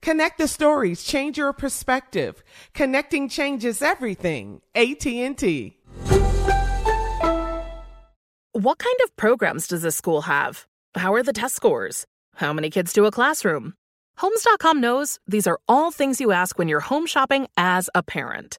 Connect the stories, change your perspective. Connecting changes everything. AT&T. What kind of programs does this school have? How are the test scores? How many kids do a classroom? Homes.com knows these are all things you ask when you're home shopping as a parent.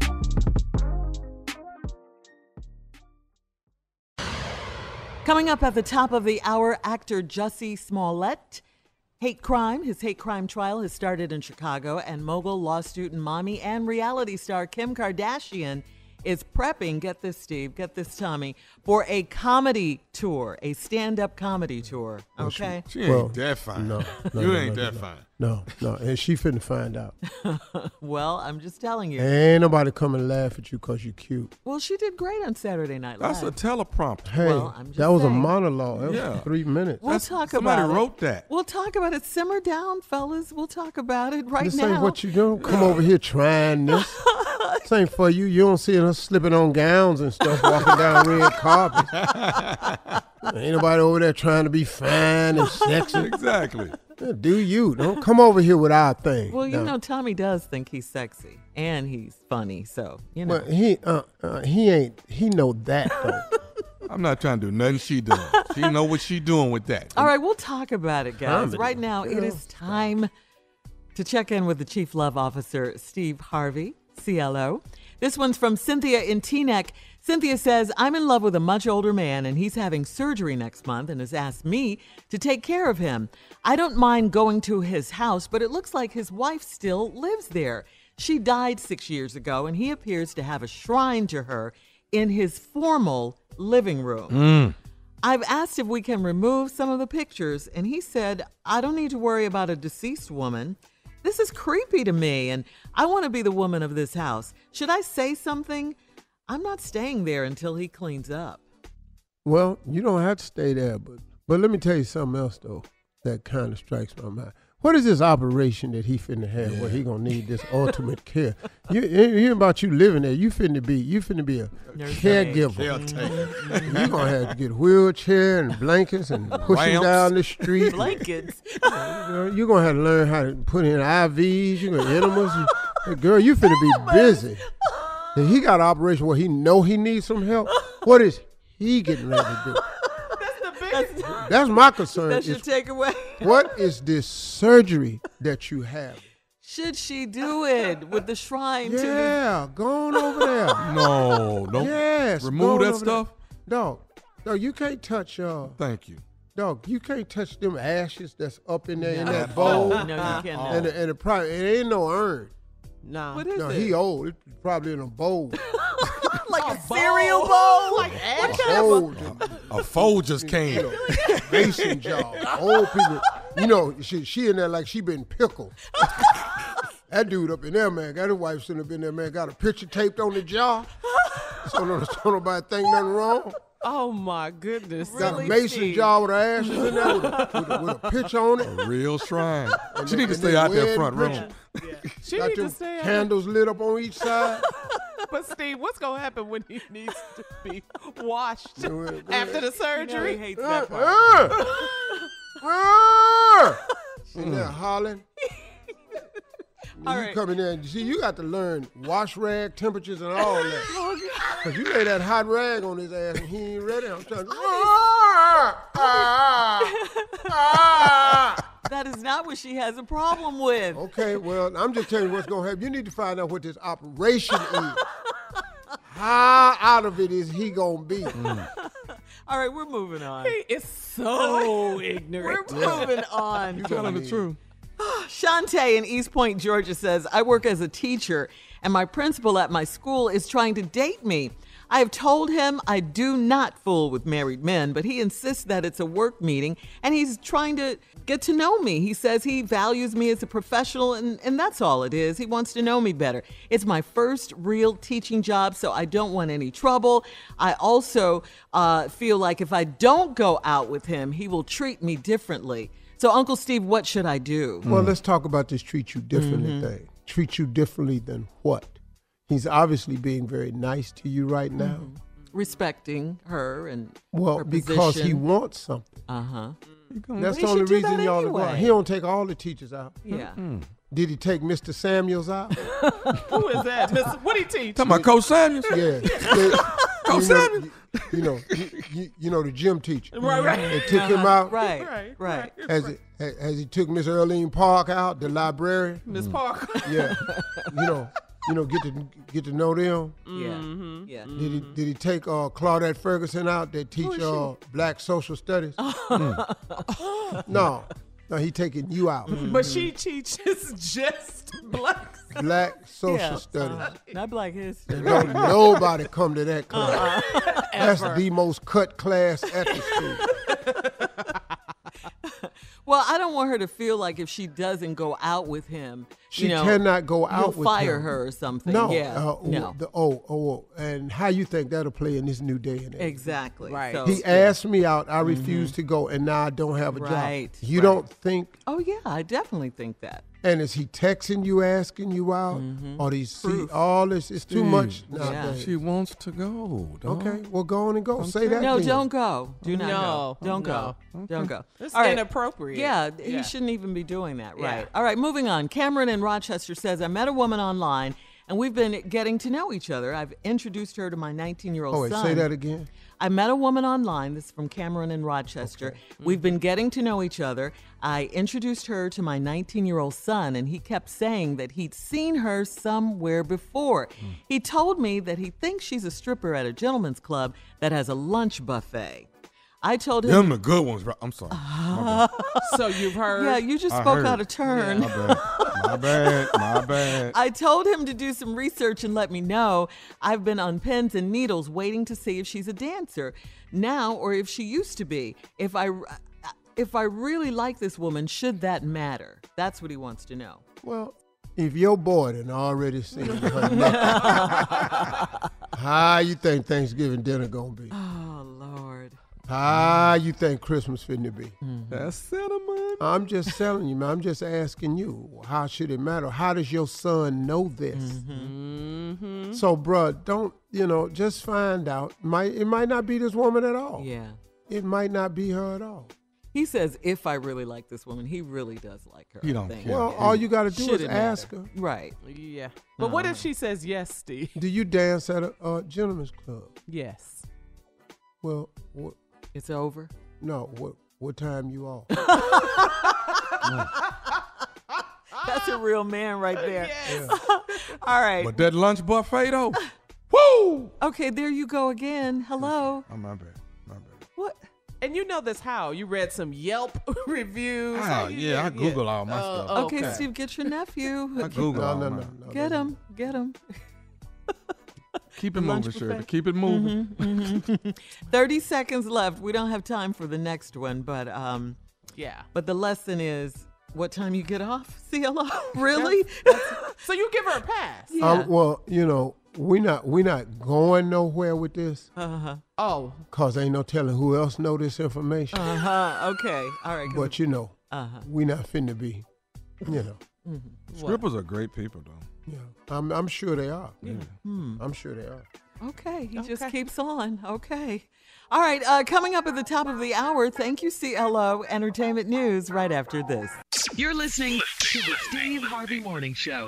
Coming up at the top of the hour, actor Jussie Smollett. Hate crime. His hate crime trial has started in Chicago, and mogul, law student, mommy, and reality star Kim Kardashian is prepping, get this, Steve, get this, Tommy, for a comedy tour, a stand up comedy tour. Oh, Okay? She ain't that fine. No, no you no, ain't no, that no, fine. No, no, and she finna find out. well, I'm just telling you. Ain't nobody come and laugh at you 'cause you cute. Well, she did great on Saturday Night Live. That's a teleprompter. Hey, Well, I'm just that was saying. a monologue. That Yeah. was three minutes. We'll That's- talk somebody about it. wrote that. We'll talk about it. Simmer down, fellas. We'll talk about it right this now. ain't what you don't come over here trying this. this ain't for you. You don't see her slipping on gowns and stuff walking down red carpets. ain't nobody over there trying to be fine and sexy. Exactly. Yeah, Do you? Don't come over here with our thing. well, you No. know, Tommy does think he's sexy and he's funny, so you know. Well, he uh, uh he ain't he know that though. I'm not trying to do nothing she does. She know what she doing with that. All right, we'll talk about it, guys. Comedy. Right now, it is time to check in with the Chief Love Officer, Steve Harvey, CLO. This one's from Cynthia in Teaneck. Cynthia says, I'm in love with a much older man, and he's having surgery next month and has asked me to take care of him. I don't mind going to his house, but it looks like his wife still lives there. She died six years ago, and he appears to have a shrine to her in his formal living room. I've asked if we can remove some of the pictures, and he said, I don't need to worry about a deceased woman. This is creepy to me, and I want to be the woman of this house. Should I say something? I'm not staying there until he cleans up. Well, you don't have to stay there, but but let me tell you something else though that kind of strikes my mind. What is this operation that he finna have where he gonna need this ultimate care? You ain't ain't about you living there. You finna be you finna be a Nurse aide. caregiver. You gonna have to get wheelchair and blankets and push him Ramps. down the street. Blankets. Girl, you gonna have to learn how to put in IVs. You gonna enemas. You, Hey, girl, you finna be busy. And he got an operation where he know he needs some help. What is he getting ready to do? That's the big That's, That's my concern. that's your is takeaway. what is this surgery that you have? Should she do it with the shrine to the Yeah, go on over there. No, don't yes, go on remove that over there. stuff. Dog, no, you can't touch uh, Thank you. dog. You can't touch them ashes that's up in there in No. that bowl. No, you cannot. And the, and the probably it ain't no urn. No. What is No, it? he old. It's probably in a bowl. like a cereal bowl? Like a bowl. A foe just came. Mason jar. Old people. You know, she she in there like she been pickled. that dude up in there, man, got his wife sitting up in there, man, got a picture taped on the jar. So no, so nobody think nothing wrong. Oh my goodness. Got Really, a mason Steve? jar with her ashes in there with a, with a, with a picture on it. A real shrine. She then- need to and stay then out there red front room. bridge. She Got need to them stay out. candles lit up on each side. But Steve, what's gonna happen when he needs to be washed well, after the surgery? hates Uh, that part. uh, uh. Sitting there hollering. All you right. come in there and see, you got to learn wash rag temperatures and all that. Because you lay that hot rag on his ass and he ain't ready. I'm trying to. Uh, That is not what she has a problem with. okay, well, I'm just telling you what's going to happen. You need to find out what this operation is. How out of it is he going to be? Mm-hmm. All right, we're moving on. It's so ignorant. We're moving on. Telling the truth. Shantae in East Point, Georgia says, I work as a teacher, and my principal at my school is trying to date me. I have told him I do not fool with married men, but he insists that it's a work meeting and he's trying to get to know me. He says he values me as a professional, and, and that's all it is. He wants to know me better. It's my first real teaching job, so I don't want any trouble. I also uh, feel like if I don't go out with him, he will treat me differently. So, Uncle Steve, what should I do? Well, let's talk about this treat you differently Mm-hmm. thing. Treat you differently than what? He's obviously being very nice to you right now. respecting her and Mm-hmm. Well, her because he position. wants something. uh huh That's he the only should do reason that y'all are going. anyway. He don't take all the teachers out. yeah Did he take Mr. Samuels out? Who is that? Miss, what he teach? Talking about Coach Samuels. yeah. They- you, know, you, you know, you- you, you know the gym teacher. Right, right. They took him out. right right, Right, As, as, he took Miss Earlene Park out, the librarian. Miss Parker. Yeah. you know, you know, get to get to know them. yeah yeah Did he Mm-hmm. did he take uh, Claudette Ferguson out that teach uh, black social studies? Mm. no, no, he taking you out. But she teaches just black. Black social Yeah. studies. not black history Don't nobody come to that Uh-uh. class. That's the most cut class at the school. well i don't want her to feel like if she doesn't go out with him She you know, cannot go he'll out with fire him. her or something No, yeah uh, no The, oh, oh, oh, and how you think that'll play in this new day and age? exactly Right. so, He asked me out. I refused to go, and now I don't have a Right, job. You right. don't think oh yeah i definitely think that Mm-hmm. And is he texting you, asking you out, or do you see all this? It's too Mm. much nowadays. Mm. She wants to go. dog. Okay, well go on and go. Say that. no then. don't go do not No, go don't no. go don't go It's All right. inappropriate. Yeah, he shouldn't even be doing that, Yeah. right? All right, moving on. Cameron in Rochester says, I met a woman online and we've been getting to know each other. I've introduced her to my 19 year old Oh, wait, son. say that again. I met a woman online. This is from Cameron in Rochester. Mm-hmm. We've been getting to know each other. I introduced her to my 19 year old son, and he kept saying that he'd seen her somewhere before. Mm. He told me that he thinks she's a stripper at a gentleman's club that has a lunch buffet. I told him. Uh, Them the good ones. right? I'm sorry. My So you've heard. yeah, you just I spoke heard. out of turn. bad. My bad. My bad. I told him to do some research and let me know. I've been on pins and needles waiting to see if she's a dancer now or if she used to be. If I if I really like this woman, should that matter? That's what he wants to know. Well, if your boy done already seen her, naked, how you think Thanksgiving dinner gonna be? Oh Lord. How you think Christmas finna be? That's cinnamon. I'm just telling you, man. I'm just asking you. How should it matter? How does your son know this? Mm-hmm. So, bruh, don't you know? Just find out. Might it might not be this woman at all. Yeah. It might not be her at all. He says if I really like this woman, he really does like her. He I don't think. care. Well, Yeah. all you got to do Should is it matter? ask her. Right. Yeah. But what Um, if she says yes, Steve? Do you dance at a, uh gentleman's club? Yes. Well, wh- It's over. No, what what time you off? Uh, That's a real man right there. Ah! All right. But that lunch buffet though, Oh, woo! Okay, there you go again. Hello. Oh, my bad, my bad. What? And you know this how you read some Yelp reviews. Oh, Ah, yeah, I Google all my stuff. Okay, Steve, get your I nephew. Google No, all no, my. no, no. Get no. him. Get him. Keep it Lunch moving, Shirley. buffet. Mm-hmm. Keep it moving. 30 seconds left. We don't have time for the next one, but um Yeah. but the lesson is what time you get off? CLO? really? So you give her a pass. Yeah. Um, well, you know, we not we not going nowhere with this, Uh-huh. Oh, cause ain't no telling who else know this information. Uh-huh. Okay. All right. 'cause- But you know, we not finna be, you know. Strippers are great people though. Yeah, I'm I'm sure they are. Hmm. I'm sure they are. Okay, he just keeps on. Okay. All right, uh, coming up at the top of the hour, thank you, CLO Entertainment News, right after this. You're listening to the Steve Harvey Morning Show.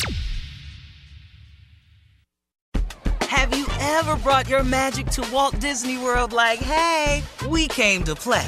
Have you ever brought your magic to Walt Disney World like, hey, we came to play?